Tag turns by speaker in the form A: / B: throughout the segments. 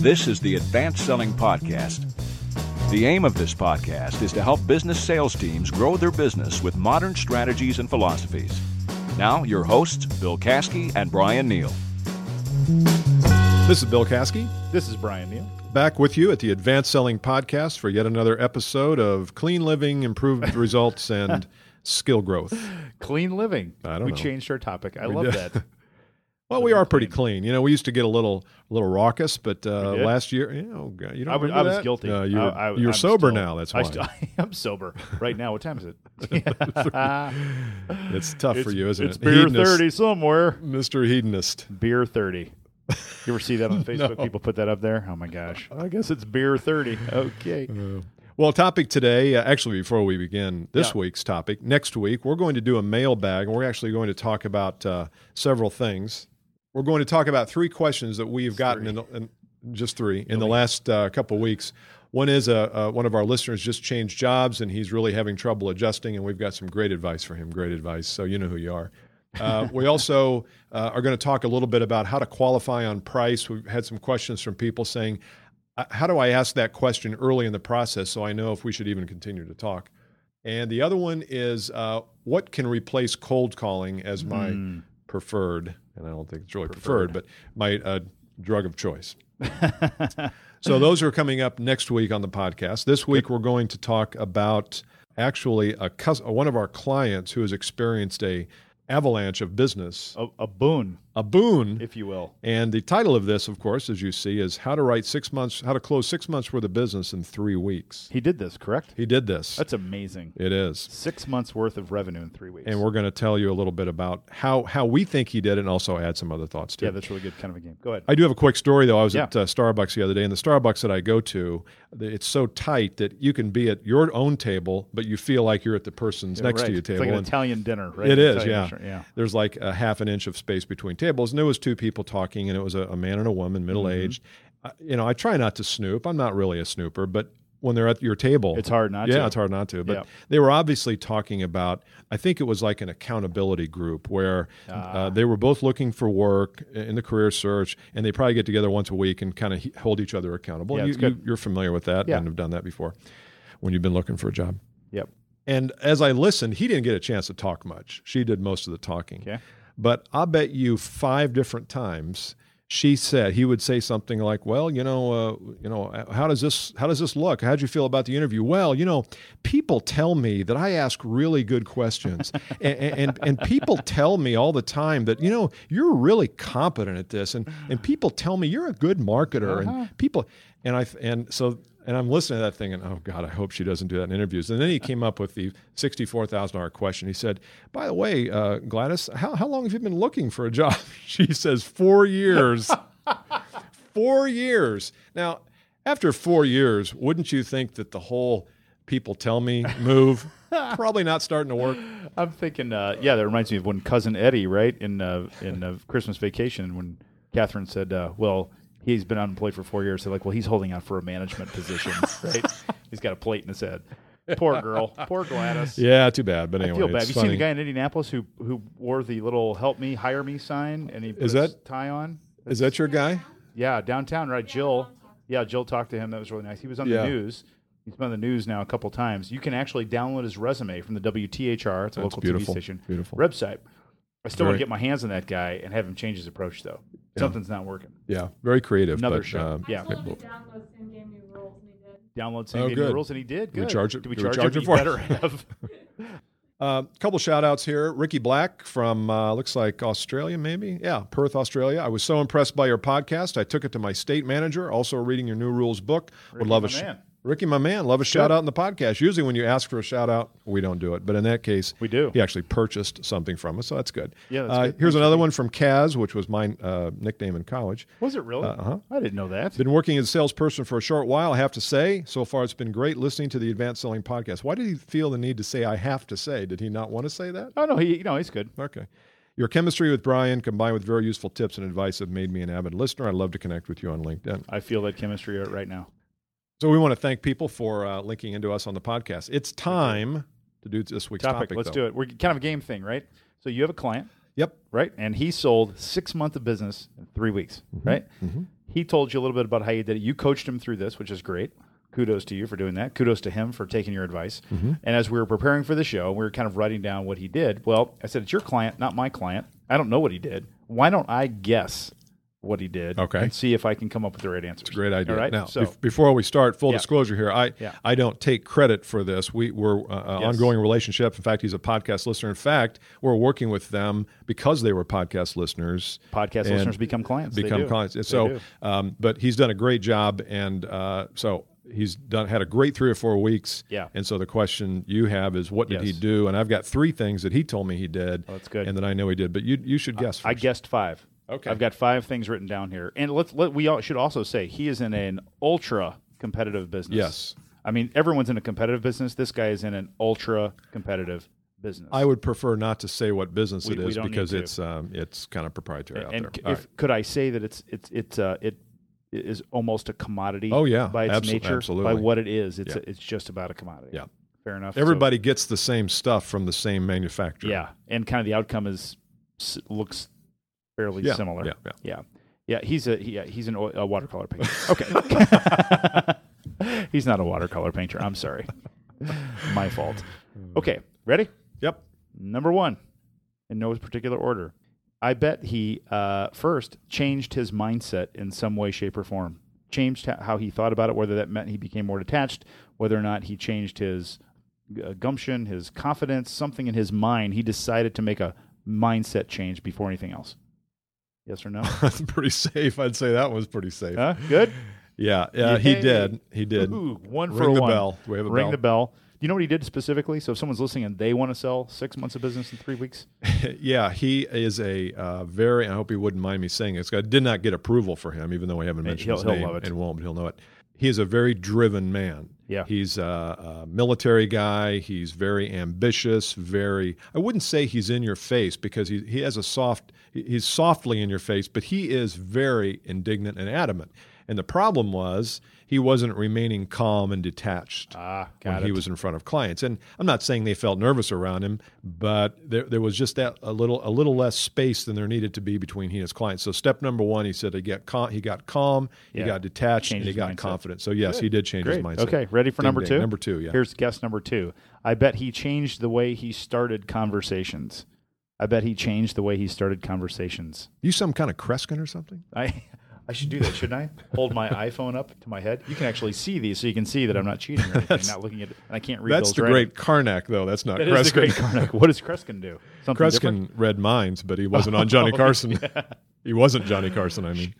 A: This is the Advanced Selling Podcast. The aim of this podcast is to help business sales teams grow their business with modern strategies and philosophies. Now, your hosts, Bill Kasky and Brian Neal.
B: This is Bill Kasky,
C: This is Brian Neal.
B: back with you at the Advanced Selling Podcast for yet another episode of Clean Living, Improved Results, and Skill Growth.
C: Clean living.
B: I don't
C: we
B: know.
C: changed our topic. I love
B: did.
C: that.
B: Well, we are pretty clean. You know, we used to get a little, a little raucous, but uh,
C: did?
B: last year, you know, God, you don't
C: I was,
B: remember
C: I was
B: that?
C: guilty.
B: No, you're,
C: I- I-
B: you're
C: I'm
B: sober
C: still-
B: now. That's why
C: I st- I am sober right now. What time is it?
B: it's tough for you, isn't
C: it's
B: it?
C: beer
B: Hedonist.
C: thirty somewhere.
B: Mister Hedonist.
C: Beer thirty. You ever see that on Facebook? People put that up there. Oh my gosh. I guess it's beer thirty. Okay.
B: Uh. Well, topic today, uh, actually, before we begin this
C: Yeah.
B: week's topic, next week, we're going to do a mailbag and we're actually going to talk about uh, several things. We're going to talk about three questions that we've gotten in, the, in just three in the last uh, couple weeks. One is uh, uh, one of our listeners just changed jobs and he's really having trouble adjusting, and we've got some great advice for him. Great advice. So you know who you are. Uh, we also uh, are going to talk a little bit about how to qualify on price. We've had some questions from people saying, uh, how do I ask that question early in the process so I know if we should even continue to talk? And the other one is uh, what can replace cold calling as my preferred, and I don't think it's really preferred, but my uh, drug of choice. so those are coming up next week on the podcast. This week we're going to talk about actually a cus- one of our clients who has experienced a avalanche of business,
C: A, a boon,
B: a boon
C: if you will.
B: and the title of this, of course, as you see, is how to write six months, how to close six months worth of business in three weeks.
C: He did this, correct?
B: He did this.
C: That's amazing.
B: It is.
C: Six months worth of revenue in three weeks.
B: And we're going to tell you a little bit about how, how we think he did it and also add some other thoughts to
C: yeah,
B: it.
C: that's really good kind of a game. Go ahead.
B: I do have a quick story though. I was
C: Yeah.
B: at uh, Starbucks the other day, and the Starbucks that I go to, th- it's so tight that you can be at your own table, but you feel like you're at the person's next
C: Right.
B: to you table.
C: It's like an
B: and-
C: Italian dinner, right?
B: It
C: An
B: is,
C: Italian
B: yeah.
C: restaurant, Yeah.
B: There's like a half an inch of space between tables, and there was two people talking, and it was a, a man and a woman, middle
C: Mm-hmm.
B: aged. I You know, I try not to snoop. I'm not really a snooper, but when they're at your table,
C: It's hard not
B: yeah,
C: to.
B: it's hard not to. But
C: Yeah.
B: they were obviously talking about. I think it was like an accountability group where
C: Ah.
B: uh, they were both looking for work in the career search, and they probably get together once a week and kind of he- hold each other accountable.
C: Yeah,
B: you,
C: it's good.
B: you, you're familiar with that
C: Yeah.
B: and have done that before when you've been looking for a job.
C: Yep.
B: And as I listened, he didn't get a chance to talk much. She did most of the talking.
C: Okay.
B: But I bet you five different times she said he would say something like, "Well, you know, uh, you know, how does this how does this look? How'd you feel about the interview?" Well, you know, people tell me that I ask really good questions, and, and and people tell me all the time that you know you're really competent at this, and and people tell me you're a good marketer, and people, and I and so and I'm listening to that thing, and oh God, I hope she doesn't do that in interviews. And then he came up with the sixty-four thousand dollar question. He said, "By the way, uh, Gladys, how how long have you been looking for a job?" She says, four years." four years. Now, after four years, wouldn't you think that the whole "people tell me" move probably not starting to work?
C: I'm thinking, uh, yeah, that reminds me of when cousin Eddie, right, in uh, in uh, Christmas Vacation, when Catherine said, uh, "Well, he's been unemployed for four years." They're like, "Well, he's holding out for a management position, right? He's got a plate in his head." Poor girl, poor Gladys.
B: Yeah, too bad. But
C: I
B: anyway,
C: feel bad.
B: it's
C: Have you
B: funny.
C: seen the guy in Indianapolis who who wore the little "Help me, hire me" sign and he put
B: Is
C: his
B: that-
C: tie on?
B: Is that your guy?
C: Yeah, downtown, right? Jill. Yeah, Jill talked to him. That was really nice. He was on
B: Yeah.
C: the news. He's been on the news now a couple times. You can actually download his resume from the WTHR. It's a local
B: beautiful.
C: TV station.
B: Beautiful.
C: Website. I still
B: Very-
C: want to get my hands on that guy and have him change his approach, though. Something's not working.
B: Yeah, very creative.
C: Another
B: but,
C: show.
B: uh,
C: Yeah.
D: I told him to download Sin Game New Rules, and he did.
C: Download same
B: Oh,
C: Game New
B: good.
C: rules, and he did.
B: Do we
C: Good.
B: charge it-
C: Do we
B: do we
C: charge,
B: charge
C: him?
B: it for
C: You better
B: it?
C: have.
B: A couple shout outs here. Ricky Black from uh, looks like Australia, maybe. Yeah, Perth, Australia. I was so impressed by your podcast. I took it to my state manager, also reading your new rules book. Would
C: Ricky,
B: love a
C: my man.
B: Ricky, my man, love a shout out in the podcast. Usually, when you ask for a shout out, we don't do it. But in that case,
C: We do.
B: He actually purchased something from us, so that's good.
C: Yeah, that's
B: uh,
C: good.
B: Here's another one from Kaz, which was my uh, nickname in college.
C: Was it really? Uh-huh. I didn't know that.
B: Been working as a salesperson for a short while, I have to say. So far, it's been great listening to the Advanced Selling Podcast. Why did he feel the need to say, I have to say? Did he not want to say that?
C: Oh no, he no, he's good.
B: Okay. Your chemistry with Brian, combined with very useful tips and advice, have made me an avid listener. I'd love to connect with you on LinkedIn.
C: I feel that chemistry right now.
B: So we want to thank people for uh, linking into us on the podcast. It's time to do this week's
C: Topic.
B: topic.
C: Let's do it. We're kind of a game thing, right? So you have a client.
B: Yep. Mm-hmm.
C: right? And he sold six months of business in three weeks, right? He told you a little bit about how you did it. You coached him through this, which is great. Kudos to you for doing that. Kudos to him for taking your advice.
B: Mm-hmm.
C: And as we were preparing for the show, we were kind of writing down what he did. Well, I said, it's your client, not my client. I don't know what he did. Why don't I guess what he did
B: Okay.
C: and see if I can come up with the right answers?
B: Great idea.
C: All right.
B: Now,
C: so,
B: bef- before we start, full
C: Yeah.
B: disclosure here, I
C: Yeah.
B: I don't take credit for this. We we're uh, uh,
C: Yes.
B: ongoing relationship. In fact, he's a podcast listener. In fact, we're working with them because they were podcast listeners.
C: podcast
B: and
C: listeners become clients. They
B: Become
C: do.
B: clients. And
C: They
B: so,
C: do.
B: um, but he's done a great job, and uh, so he's done had a great three or four weeks.
C: Yeah.
B: And so the question you have is, what did he
C: Yes.
B: do? And I've got three things that he told me he did.
C: that's good.
B: And that I know he did. But you you should guess.
C: I
B: first.
C: guessed five.
B: Okay.
C: I've got five things written down here, and let's let we all, should also say he is in an ultra competitive business.
B: Yes.
C: I mean everyone's in a competitive business. This guy is in an ultra competitive business.
B: I would prefer not to say what business
C: We-
B: it
C: we
B: is
C: don't need
B: because
C: to.
B: it's um, it's kind of proprietary out
C: and
B: there.
C: c-
B: All
C: if,
B: right.
C: could I say that it's it's it's uh, it is almost a commodity?
B: Oh, yeah.
C: by its
B: Abso-
C: nature,
B: absolutely.
C: by what it is, it's
B: Yeah.
C: it's just about a commodity.
B: Yeah.
C: fair enough. So-
B: Everybody gets the same stuff from the same manufacturer.
C: Yeah, and kind of the outcome is s- looks fairly
B: Yeah,
C: similar.
B: yeah, yeah.
C: yeah, yeah. He's a he, yeah, he's an, o- a watercolor painter. Okay, he's not a watercolor painter. I'm sorry, my fault. Okay, ready?
B: Yep.
C: Number one, in no particular order. I bet he uh, first changed his mindset in some way, shape, or form. Changed ho- how he thought about it, whether that meant he became more detached, whether or not he changed his uh, gumption, his confidence, something in his mind. He decided to make a mindset change before anything else. Yes or no?
B: That's pretty safe. I'd say that one's pretty safe.
C: huh? Good.
B: Yeah. Yeah. Uh, He
C: Yay.
B: did. He did.
C: Ooh, one
B: Ring
C: for
B: the
C: one.
B: bell. Do we have a
C: Ring
B: bell?
C: the bell. Do you know what he did specifically? So if someone's listening and they want to sell six months of business in three weeks,
B: yeah. He is a uh, very, I hope he wouldn't mind me saying this. 'cause I did not get approval for him, even though I haven't mentioned
C: he'll-
B: his
C: he'll
B: name
C: love it.
B: and won't, but he'll know it. He is a very driven man.
C: Yeah.
B: He's a, a military guy. He's very ambitious, very, I wouldn't say he's in your face because he, he has a soft, he- he's softly in your face, but he is very indignant and adamant. And the problem was he wasn't remaining calm and detached
C: ah,
B: when he was in front of clients. And I'm not saying they felt nervous around him, but there, there was just that a little a little less space than there needed to be between he and his clients. So step number one, he said he got calm, he got calm,
C: Yeah.
B: he got detached,
C: Changed
B: and he
C: his
B: got
C: mindset.
B: confident. So yes, he did change his
C: Great.
B: mindset.
C: Okay, ready for
B: Ding,
C: number
B: ding.
C: two?
B: Number two, yeah.
C: Here's guess number two. I bet he changed the way he started conversations. I bet he changed the way he started conversations.
B: you some kind of Kreskin or something?
C: I I should do that, shouldn't I? Hold my iPhone up to my head. You can actually see these, so you can see that I'm not cheating or anything. not looking at. And I can't read.
B: That's
C: Bill's
B: the
C: writing.
B: great Karnak, though. That's not
C: That
B: Kreskin.
C: is the great Karnak. What does Kreskin do? Something
B: Kreskin
C: different? Oh,
B: read minds, but he wasn't on Johnny Carson. he wasn't Johnny Carson, I mean.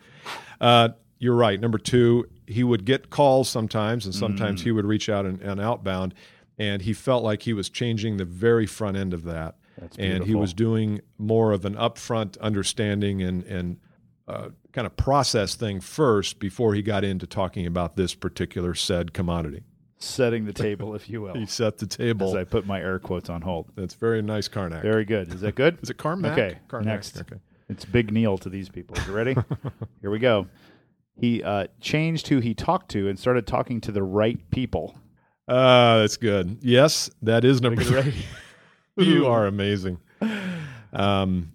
B: Uh, you're right. Number two, he would get calls sometimes, and sometimes
C: Mm.
B: he would reach out and, and outbound, and he felt like he was changing the very front end of that. and he
C: beautiful.
B: was doing more of an upfront understanding and, and uh, kind of process thing first before he got into talking about this particular said commodity.
C: Setting the table, if you will.
B: He set the
C: As
B: table.
C: I put my air quotes on hold.
B: That's very nice, Karnak.
C: Very good. Is that good?
B: Is it Carmack?
C: Okay.
B: Carmack.
C: Next.
B: Okay.
C: It's Big Neil to these people. You ready? Here we go. He uh, changed who he talked to and started talking to the right people.
B: Ah, that's good. Yes, that is number three. you are amazing. Um,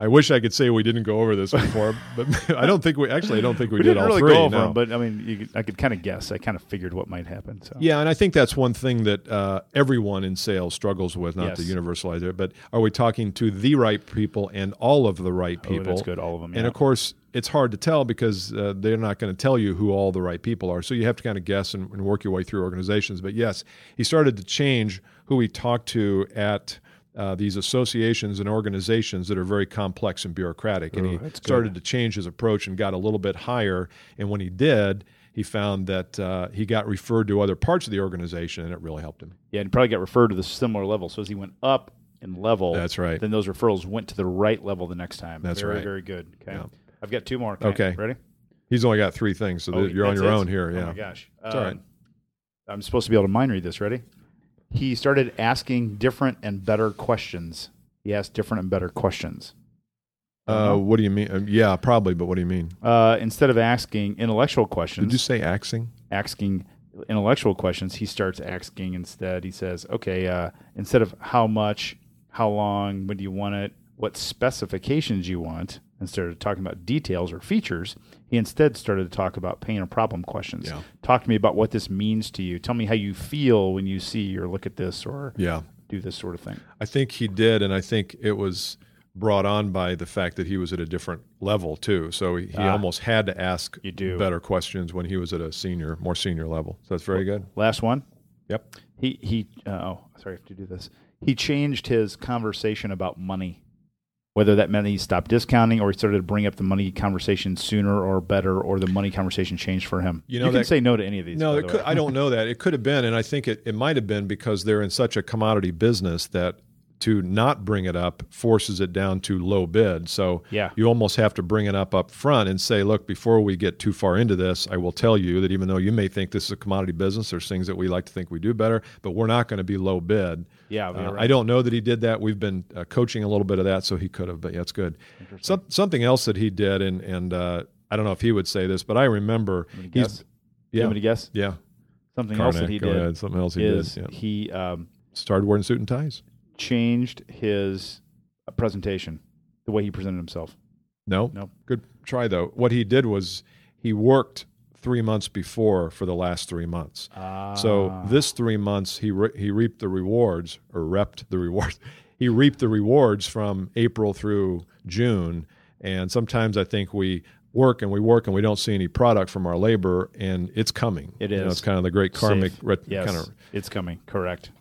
B: I wish I could say we didn't go over this before, but I don't think we actually. I don't think we, did
C: didn't
B: all
C: really
B: three.
C: go over
B: no.
C: them, but I mean, you, could- I could kind of guess. I kind of figured what might happen. So
B: yeah, and I think that's one thing that uh, everyone in sales struggles with. Not to
C: Yes.
B: universalize it, but are we talking to the right people and all of the right
C: Oh,
B: people?
C: that's good. All of them.
B: And
C: yeah.
B: of course, it's hard to tell because uh, they're not going to tell you who all the right people are. So you have to kind of guess and, and work your way through organizations. But yes, he started to change who he talked to at uh, these associations and organizations that are very complex and bureaucratic. And he started to change his approach and got a little bit higher. And when he did, he found that uh, he got referred to other parts of the organization, and it really helped him.
C: yeah, and probably got referred to the similar level. So as he went up in level,
B: That's right.
C: Then those referrals went to the right level the next time.
B: That's
C: very,
B: right.
C: Very good. Okay,
B: Yeah.
C: I've got two more.
B: Okay.
C: ready?
B: He's only got three things, so
C: Oh,
B: th- you're on
C: that's
B: your
C: it?
B: own here.
C: Oh
B: Yeah.
C: my gosh. Um,
B: all right.
C: I'm supposed to be able to mind read this. Ready? He started asking different and better questions. He asked different and better questions.
B: Uh, what do you mean? Um, yeah, probably, but what do you mean?
C: Uh, instead of asking intellectual questions,
B: Did you say axing?
C: asking intellectual questions, he starts asking instead. He says, "Okay, uh, instead of how much, how long, when do you want it, what specifications you want." Instead of talking about details or features, he instead started to talk about pain or problem questions.
B: Yeah.
C: Talk to me about what this means to you. Tell me how you feel when you see or look at this or
B: Yeah.
C: do this sort of thing.
B: I think he did, and I think it was brought on by the fact that he was at a different level too. So he, he almost had to ask
C: Ah. You do.
B: better questions when he was at a senior, more senior level. So that's very good.
C: Last one.
B: Yep.
C: He he. Uh, oh, sorry, I have to do this. He changed his conversation about money, whether that meant he stopped discounting or he started to bring up the money conversation sooner or better, or the money conversation changed for him.
B: You know
C: can
B: that-
C: say no to any of these.
B: No,
C: by
B: it
C: the
B: could,
C: way.
B: I don't know that. It could have been, and I think it, it might have been because they're in such a commodity business that to not bring it up forces it down to low bid. So
C: Yeah.
B: you almost have to bring it up up front and say, look, before we get too far into this, I will tell you that even though you may think this is a commodity business, there's things that we like to think we do better, but we're not going to be low bid.
C: Yeah, you're
B: Uh,
C: right.
B: I don't know that he did that. We've been uh, coaching a little bit of that, so he could have. But yeah, it's good. Some, something else that he did, and and uh, I don't know if he would say this, but I remember
C: guess?
B: he's
C: You
B: yeah
C: want me to guess
B: yeah
C: something else
B: Karnak,
C: that he
B: go
C: did?
B: ahead. Something else he
C: is
B: did. Yeah.
C: he um,
B: Started wearing suit and ties.
C: changed his uh, presentation, the way he presented himself.
B: No,
C: No.
B: Good try though. What he did was he worked three months before for the last three months. So
C: Ah.
B: this three months he re- he reaped the rewards or repped the rewards. He reaped the rewards from April through June. And sometimes I think we work and we work and we don't see any product from our labor, and it's coming.
C: It
B: You know,
C: is.
B: it's kind of the great karmic,
C: Safe.
B: ret-
C: yes,
B: kind of
C: it's coming. Correct.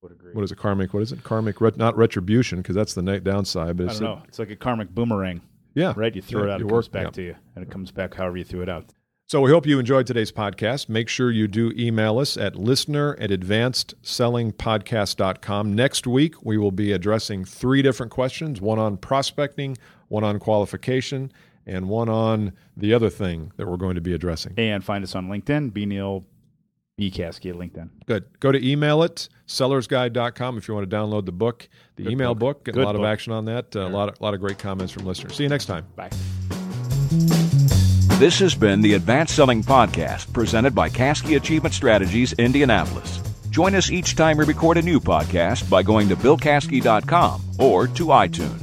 B: what is it karmic? What is it karmic? Ret- not retribution because that's the na- downside, but
C: I
B: it's
C: don't know. It's like a karmic boomerang,
B: yeah,
C: right? You throw
B: Yeah,
C: it out,
B: you
C: it
B: work-
C: comes back
B: yeah.
C: to you, and it comes back however you threw it out.
B: So we hope you enjoyed today's podcast. Make sure you do email us at listener at advancedsellingpodcast.com. Next week, we will be addressing three different questions one on prospecting, one on qualification, and one on the other thing that we're going to be addressing.
C: And find us on LinkedIn, B Neil B Kasky at LinkedIn.
B: Good. Go to email it, sellersguide.com, if you want to download the book, the email book. Get a
C: Good
B: lot of
C: book.
B: action on that, a lot, of, lot of great comments from listeners. See you next time.
C: Bye.
A: This has been the Advanced Selling Podcast presented by Caskey Achievement Strategies, Indianapolis. Join us each time we record a new podcast by going to BillCaskey.com or to iTunes.